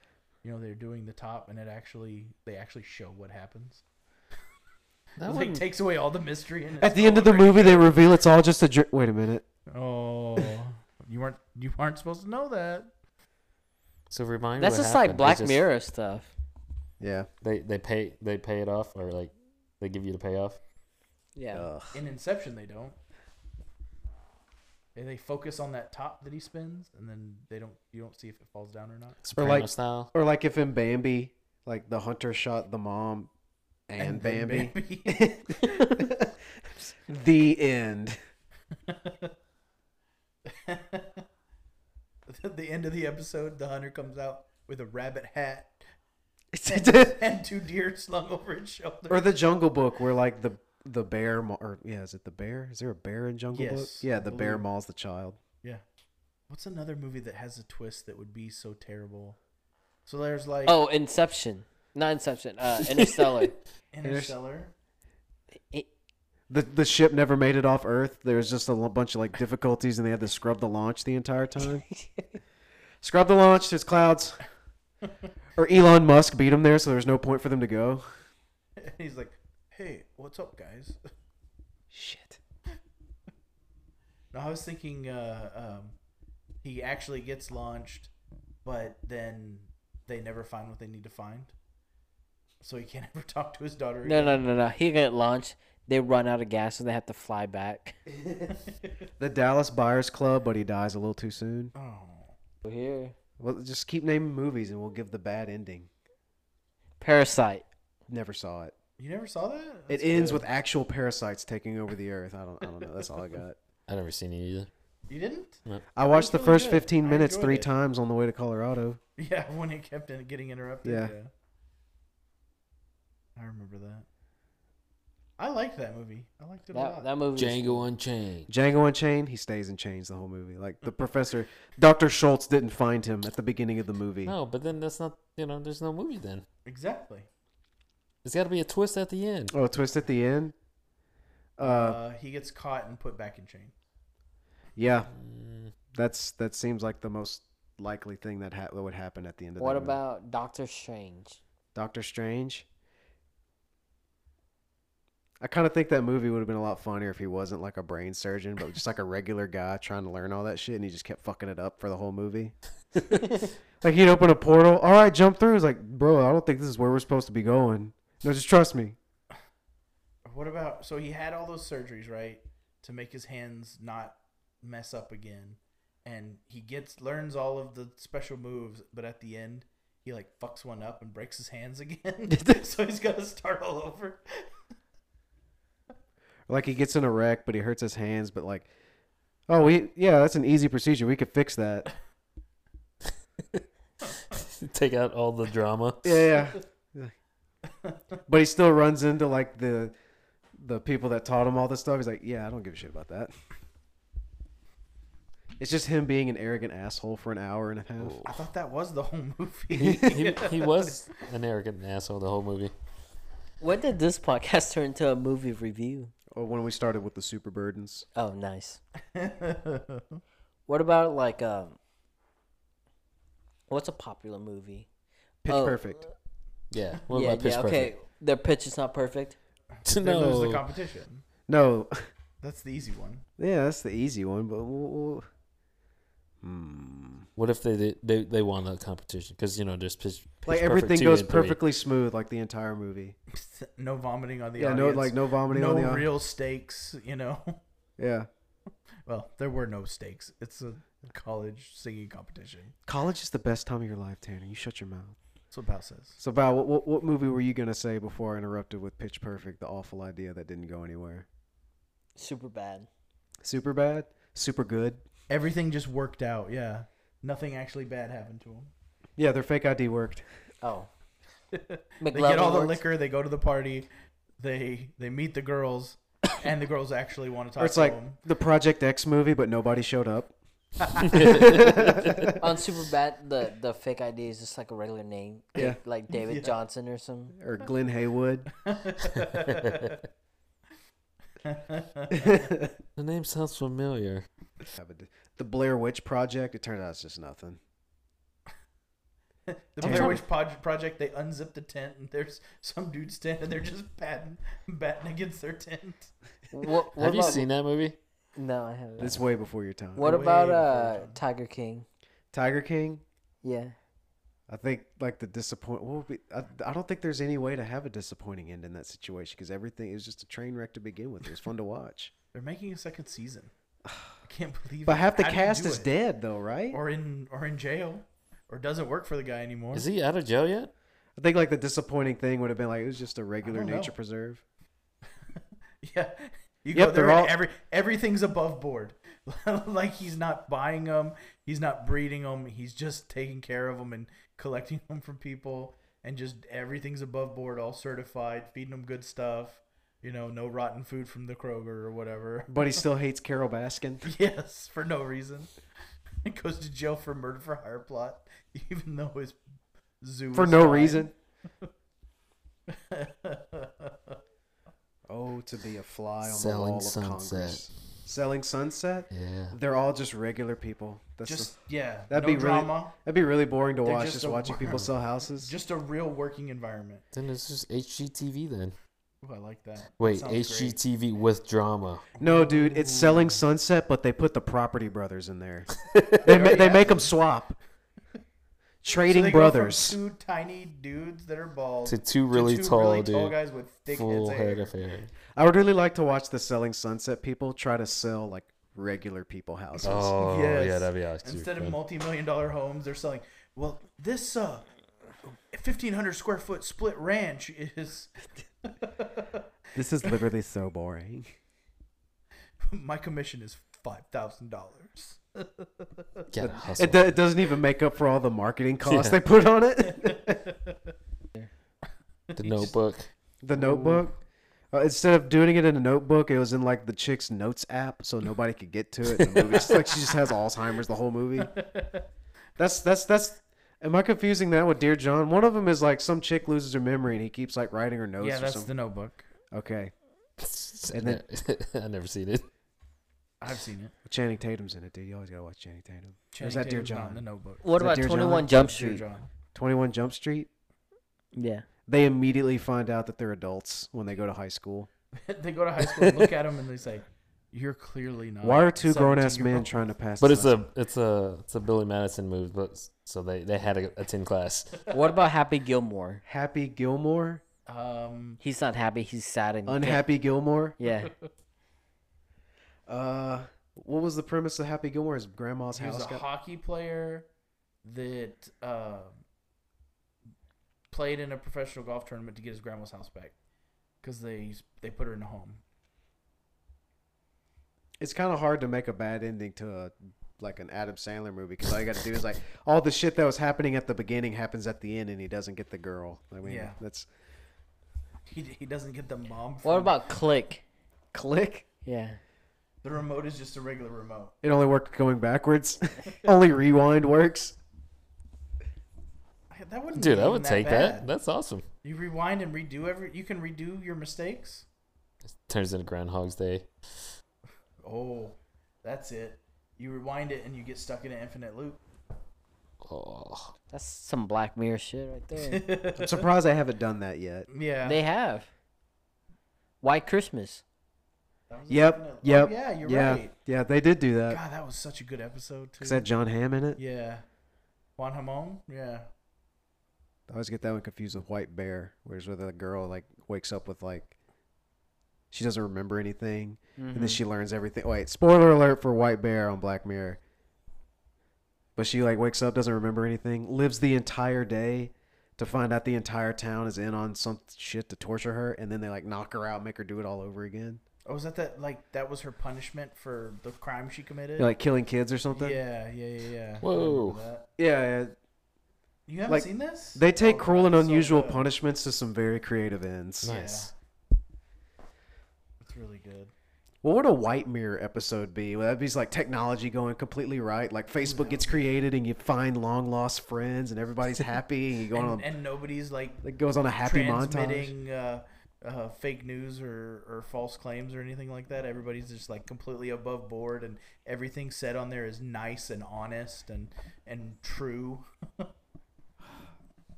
S1: you know they're doing the top, and it actually they actually show what happens.
S3: That
S1: it like,
S3: wouldn't-
S1: takes away all the mystery. And
S4: At the end of the movie, they reveal it's all just a dream. Wait a minute.
S1: oh, you weren't you aren't supposed to know that.
S3: So remind me
S2: That's
S3: what
S2: just like
S3: happened. They
S2: Black
S3: just-
S2: Mirror stuff.
S4: Yeah.
S3: They they pay they pay it off or like they give you the payoff.
S2: Yeah.
S4: Ugh.
S1: In Inception, they don't. And they focus on that top that he spins, and then they don't. You don't see if it falls down or not.
S3: Soprano
S4: like-
S3: style.
S4: Or like if in Bambi, like the hunter shot the mom and,
S1: then
S4: Bambi.
S1: Bambi.
S4: the end.
S1: At the end of the episode, the hunter comes out with a rabbit hat and two deer slung over his shoulder.
S4: or the Jungle Book, where like the the bear ma- or yeah, is it the bear? Is there a bear in Jungle Book?
S1: Yes,
S4: Yeah,
S1: I
S4: the bear
S1: believe.
S4: mauls the child.
S1: yeah. What's another movie that has a twist that would be so terrible? So there's like
S2: Oh, Inception. Not Inception. Uh, Interstellar.
S1: Interstellar.
S4: The the ship never made it off Earth. There was just a l- bunch of like difficulties, and they had to scrub the launch the entire time. scrub the launch. There's clouds. or Elon Musk beat him there, so there's no point for them to go.
S1: He's like, hey, what's up, guys?
S4: Shit.
S1: No, I was thinking uh, um, he actually gets launched, but then they never find what they need to find. So he can't ever talk to his daughter.
S2: no,
S1: again.
S2: no, no, no. He get launched. They run out of gas and they have to fly back.
S4: The Dallas Buyers Club, but he dies a little too soon.
S1: Oh.
S2: Over here.
S4: Well, just keep naming movies, and we'll give the bad ending.
S2: Parasite.
S4: Never saw it.
S1: You never saw that?
S4: It ends with actual parasites taking over the earth. I don't, I don't know. That's all I got.
S3: I never seen it either.
S1: You didn't?
S4: I watched the
S1: really
S4: first
S1: good.
S4: 15
S1: I
S4: minutes
S1: enjoyed
S4: three
S1: it.
S4: times on the way to Colorado.
S1: Yeah, when it kept in- getting interrupted. Yeah.
S4: Yeah.
S1: I remember that. I liked that movie. I liked it a lot.
S2: That, that movie. is-
S3: Django Unchained.
S4: Django Unchained, he stays in chains the whole movie. Like the professor, Dr. Schultz didn't find him at the beginning of the movie.
S3: No, but then that's not you know. There's no movie then.
S1: Exactly.
S3: There's got to be a twist at the end.
S4: Oh, a twist at the end? Uh,
S1: Uh, he gets caught and put back in chain.
S4: yeah. That's that seems like the most likely thing that, ha- that would happen at the end of
S2: What
S4: that movie.
S2: about Doctor Strange?
S4: Doctor Strange? I kind of think that movie would have been a lot funnier if he wasn't like a brain surgeon, but just like a regular guy trying to learn all that shit, and he just kept fucking it up for the whole movie. like he'd open a portal, all right, jump through. It's like, bro, I don't think this is where we're supposed to be going. No, just trust me.
S1: What about? So he had all those surgeries, right, to make his hands not mess up again, and he gets learns all of the special moves, but at the end. He like fucks one up and breaks his hands again, so he's got to start all over.
S4: Like he gets in a wreck, but he hurts his hands, but like, oh, we yeah, that's an easy procedure. We could fix that.
S3: Take out all the drama.
S4: Yeah, yeah. but he still runs into like the the people that taught him all this stuff. He's like, yeah, I don't give a shit about that. It's just him being an arrogant asshole for an hour and a half.
S1: I thought that was the whole movie.
S3: he, he, he was an arrogant asshole the whole movie.
S2: When did this podcast turn into a movie review?
S4: Or Oh, when we started with the super burdens,
S2: Oh, nice. What about like um? What's a popular movie?
S4: pitch
S2: Oh,
S4: perfect.
S3: Yeah. What about Pitch
S2: okay. Their pitch is not perfect.
S3: Perfect?
S1: They lose the
S3: no.
S1: competition.
S4: No,
S1: That's the easy one.
S4: yeah, that's the easy one. But we'll, we'll- Hmm.
S3: What if they did- they they won the competition? Because you know there's Pitch. Pitch
S4: like
S3: Perfect
S4: everything
S3: 2
S4: goes
S3: and 3.
S4: perfectly smooth, like the entire movie.
S1: No vomiting on the
S4: yeah, no,
S1: audience.
S4: like no vomiting
S1: no
S4: on the au-
S1: real stakes, you know.
S4: Yeah,
S1: Well, there were no stakes. It's a college singing competition.
S4: college is the best time of your life, Tanner. You shut your mouth.
S1: That's what Bao says.
S4: So, Val, what, what what movie were you gonna say before I interrupted with Pitch Perfect, the awful idea that didn't go anywhere?
S2: Super bad.
S4: Super bad, super good.
S1: Everything just worked out. Yeah, nothing actually bad happened to him.
S4: Yeah, their fake ID worked.
S2: Oh.
S1: They get all
S2: McLovin
S1: the
S2: works.
S1: liquor. They go to the party. They they meet the girls, and the girls actually want to
S4: Or
S1: talk
S4: it's
S1: to
S4: like
S1: them.
S4: the Project X movie, but nobody showed up.
S2: on Superbad, the the fake ID is just like a regular name,
S4: Yeah.
S2: like, like David
S1: Yeah.
S2: Johnson or something.
S4: Or Glenn Haywood.
S3: The name sounds familiar.
S4: The Blair Witch Project. It turned out it's just nothing.
S1: The
S4: I'm
S1: Blair
S4: trying
S1: Witch Pod- Project. They unzip the tent, and there's some dude's tent, and they're just batting batting against their tent.
S2: What, what
S3: Have you
S2: about-
S3: seen that movie?
S2: No, I haven't.
S4: It's way before your time.
S2: what
S1: way
S2: about
S1: before
S2: uh
S1: John.
S2: Tiger King?
S4: Tiger King.
S2: Yeah.
S4: I think like the disappoint. What would be, I, I don't think there's any way to have a disappointing end in that situation because everything it was just a train wreck to begin with. It was fun to watch,
S1: They're making a second season. I can't believe.
S4: but
S1: it.
S4: half the
S1: How do you
S4: cast
S1: do
S4: is
S1: it?
S4: dead though, right?
S1: or in or in jail, or doesn't work for the guy anymore.
S3: Is he out of jail yet?
S4: I think like the disappointing thing would have been like it was just a regular
S1: don't know.
S4: nature preserve.
S1: Yeah. You
S4: Yep,
S1: go there
S4: they're
S1: and
S4: all-
S1: every everything's above board. like he's not buying them, he's not breeding them, he's just taking care of them and collecting them from people and just everything's above board, all certified, feeding them good stuff, you know, no rotten food from the Kroger or whatever.
S4: But he still hates Carol Baskin.
S1: Yes, for no reason. He goes to jail for murder for hire plot even though his zoo
S4: for
S1: is
S4: no
S1: fine.
S4: reason. oh, to be a fly on
S3: Selling
S4: the wall of
S3: sunset.
S4: Congress. Selling sunset.
S3: Yeah.
S4: They're all just regular people. That's
S1: Just
S4: the-
S1: yeah,
S4: that'd
S1: that'd
S4: be
S1: no
S4: really-
S1: drama.
S4: that'd be really boring to
S1: They're
S4: watch.
S1: just
S4: Just
S1: a
S4: watching people
S1: worm.
S4: sell houses.
S1: Just a real working environment.
S3: Then it's just HGTV then.
S1: Ooh, I like that. That
S3: Wait,
S1: sounds great.
S3: HGTV with drama.
S4: no, dude, it's selling sunset, but they put the Property Brothers in there. they ma- they make them swap. Trading
S1: So they go from
S4: Brothers.
S1: two tiny dudes that are bald
S3: To two really
S1: two
S3: tall,
S1: really tall
S3: dude.
S1: guys with thick
S3: Full
S1: heads of
S3: head
S1: hair.
S3: of hair.
S4: I would really like to watch the selling sunset people try to sell like regular people houses.
S3: Oh, yeah,
S1: Yes.
S3: that'd be awesome.
S1: Instead of multi-million dollar homes, they're selling. Well, this uh, fifteen hundred square foot split ranch is
S4: This is literally so boring.
S1: my commission is five thousand dollars.
S3: Gotta hustle.
S4: It, do- it doesn't even make up for all the marketing costs they put on it.
S3: the notebook.
S4: The notebook. Uh, instead of doing it in a notebook, it was in like the chick's notes app, so nobody could get to it. In the movie. It's like she just has Alzheimer's the whole movie. That's that's that's. Am I confusing that with Dear John? One of them is like some chick loses her memory and he keeps like writing her notes
S1: Yeah,
S4: or
S1: that's the
S4: something.
S1: notebook.
S4: Okay,
S3: And then, I never seen it.
S1: I've seen it.
S4: Channing Tatum's in it, dude. You always gotta watch Channing Tatum. Or is that Dear
S1: Tatum's not in The
S4: John?
S1: notebook.
S2: What
S4: Is that
S2: about
S4: Dear
S2: Twenty
S4: John?
S2: One Jump
S1: Dear
S2: Street?
S1: John.
S4: Twenty One Jump Street.
S2: Yeah.
S4: They immediately find out that they're adults when they go to high school.
S1: they go to high school, and look at him, and they say, "You're clearly not."
S4: Why are two grown ass men
S1: 17-year-olds."
S4: trying to pass?
S3: But
S4: the
S3: it's a it's a it's a Billy Madison move. But s- so they they had a, a ten class.
S2: What about Happy Gilmore?
S4: Happy Gilmore,
S1: Um,
S2: He's not happy. He's sad and
S4: Unhappy Gilmore.
S2: Yeah.
S4: Uh, what was the premise of Happy Gilmore? His grandma's
S1: he was
S4: house.
S1: a
S4: Got...
S1: hockey player that uh, played in a professional golf tournament to get his grandma's house back because they they put her in a home.
S4: It's kind of hard to make a bad ending to a like an Adam Sandler movie because all you got to do is like all the shit that was happening at the beginning happens at the end, and he doesn't get the girl. I mean,
S1: Yeah.
S4: that's
S1: He, he doesn't get the mom.
S2: What
S1: from-
S2: about Click?
S4: click.
S2: Yeah.
S1: the remote? Is just a regular remote.
S4: It only worked going backwards. only rewind works.
S1: I- That wouldn't
S3: Dude,
S1: be
S3: I
S1: even
S3: would take
S1: bad.
S3: that. That's awesome.
S1: You rewind and redo every. You can redo your mistakes.
S3: Turns into Groundhog's Day.
S1: Oh, that's it. You rewind it and you get stuck in an infinite loop.
S3: Oh,
S2: That's some Black Mirror shit right there.
S4: I'm surprised I haven't done that yet.
S1: Yeah.
S2: they have. White Christmas.
S1: that was an
S4: Yep.
S1: infinite- oh,
S4: Yep.
S1: yeah, you're
S4: yeah,
S1: right.
S4: Yeah, they did do that.
S1: God, that was such a good episode too.
S4: Is that John Hamm in it?
S1: Yeah. Juan Hamon? Yeah.
S4: I always get that one confused with White Bear, where's where the girl like wakes up with like she doesn't remember anything, and then she learns everything. Wait, spoiler alert for White Bear on Black Mirror. But she like wakes up, doesn't remember anything, lives the entire day to find out the entire town is in on some shit to torture her, and then they like knock her out, make her do it all over again,
S1: Oh, was that that like that was her punishment for the crime she committed?
S4: You know, like killing kids or something.
S1: yeah, yeah, yeah, yeah. I remember
S3: Whoa.
S1: that.
S4: yeah, yeah.
S1: You haven't
S4: Like,
S1: seen this?
S4: They take
S1: Oh,
S4: cruel and
S1: it's so
S4: unusual
S1: good.
S4: punishments to some very creative ends.
S3: Nice.
S1: It's really good.
S4: What would a White Mirror episode be? Would that be like technology going completely right? Like Facebook gets created and you find long lost friends and everybody's happy and you go on
S1: And,
S4: a,
S1: and nobody's like
S4: it goes on a happy montage.
S1: transmitting uh, uh, fake news or, or false claims or anything like that. Everybody's just like completely above board, and everything said on there is nice and honest and and true.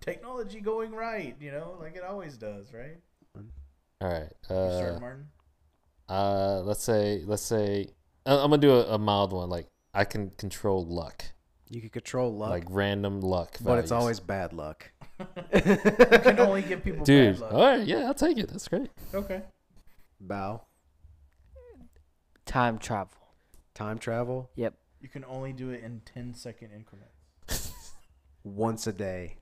S1: Technology going right, you know, like it always does, right?
S3: All right.
S1: You started,
S3: Uh,
S1: Martin.
S3: uh, let's say let's say I- I'm gonna do a, a mild one. Like I can control luck,
S4: You can control luck,
S3: like random luck.
S4: but it's
S3: values.
S4: always bad luck.
S1: You can only give people
S3: dude.
S1: bad luck.
S3: All right, yeah, I'll take it. That's great.
S1: Okay.
S4: Bow.
S2: Time travel.
S4: Time travel
S2: Yep.
S1: You can only do it in 10 second increments.
S4: once a day.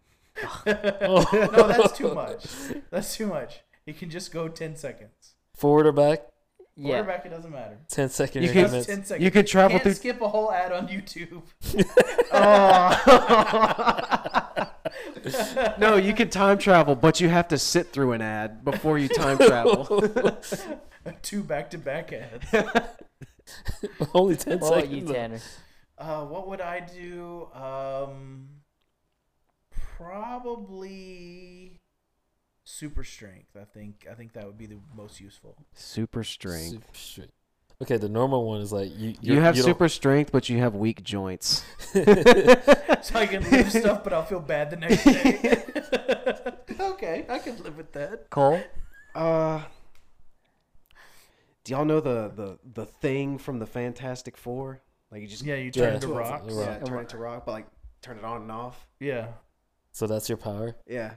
S1: no, that's too much. That's too much. You can just go 10 seconds.
S3: Forward or back,
S2: Yeah.
S1: Quarterback, it doesn't matter.
S3: ten second
S4: You can-
S1: Just
S3: increments.
S1: 10 seconds.
S4: You can travel
S1: Can't
S4: through
S1: skip a whole ad on YouTube.
S4: No, you can time travel, but you have to sit through an ad before you time travel.
S1: Two back to back ads.
S3: Only ten
S2: What about
S3: seconds.
S2: you, Tanner?
S1: Uh, what would I do? Um, probably super strength. I think I think that would be the most useful.
S4: Super strength.
S3: Super straight. Okay, the normal one is like you.
S4: you have
S3: don't-
S4: super strength, but you have weak joints.
S1: So I can lose stuff, but I'll feel bad the next day. okay, I can live with that.
S2: Cole?
S4: Uh, do y'all know the, the the thing from the Fantastic Four? Like you just
S1: Yeah, you turn
S3: turn Yeah.
S1: to
S3: into
S1: rocks.
S4: Yeah,
S3: rock.
S4: turn it to rock, but like turn it on and off.
S1: Yeah.
S3: So that's your power.
S4: Yeah,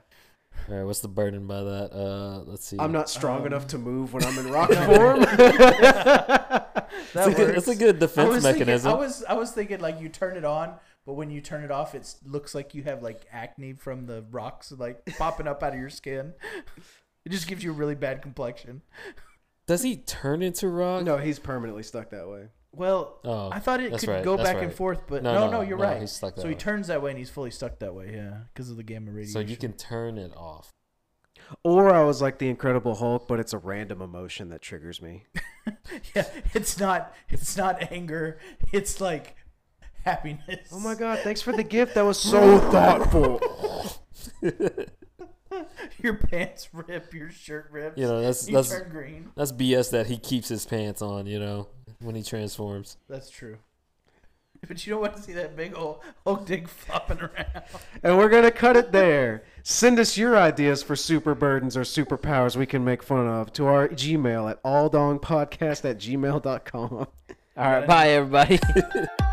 S3: All right, what's the burden by that? Uh, let's see.
S4: I'm not strong
S1: Um,
S4: enough to move when I'm in rock form.
S1: That
S3: It's a, good, it's a good
S1: I
S3: defense
S1: was, thinking, I
S3: mechanism.
S1: was I was thinking like you turn it on, but when you turn it off, it looks like you have like acne from the rocks like popping up out of your skin. It just gives you a really bad complexion.
S3: Does he turn into rock?
S4: no, he's permanently stuck that way.
S1: Well,
S3: Oh,
S1: I thought it
S3: that's
S1: could
S3: right,
S1: go
S3: that's
S1: back and
S3: right.
S1: forth, but
S3: No,
S1: no, no,
S3: no,
S1: you're
S3: no,
S1: right.
S3: he's stuck that
S1: so he
S3: way.
S1: turns that way and he's fully stuck that way, yeah, because of the gamma radiation.
S3: So you can turn it off.
S4: Or I was like the Incredible Hulk, but it's a random emotion that triggers me.
S1: yeah, it's not it's not anger, it's like happiness.
S4: Oh my god, thanks for the gift. That was so thoughtful.
S1: Your pants rip, your shirt rips.
S3: You know, that's
S1: you
S3: that's
S1: turn green.
S3: that's BS that he keeps his pants on. You know, when he transforms.
S1: That's true. But you don't want to see that big old Hulk dick flopping around.
S4: And we're going to cut it there. Send us your ideas for super burdens or superpowers we can make fun of to our Gmail at alldongpodcast at gmail.com.
S2: All right. Bye, everybody.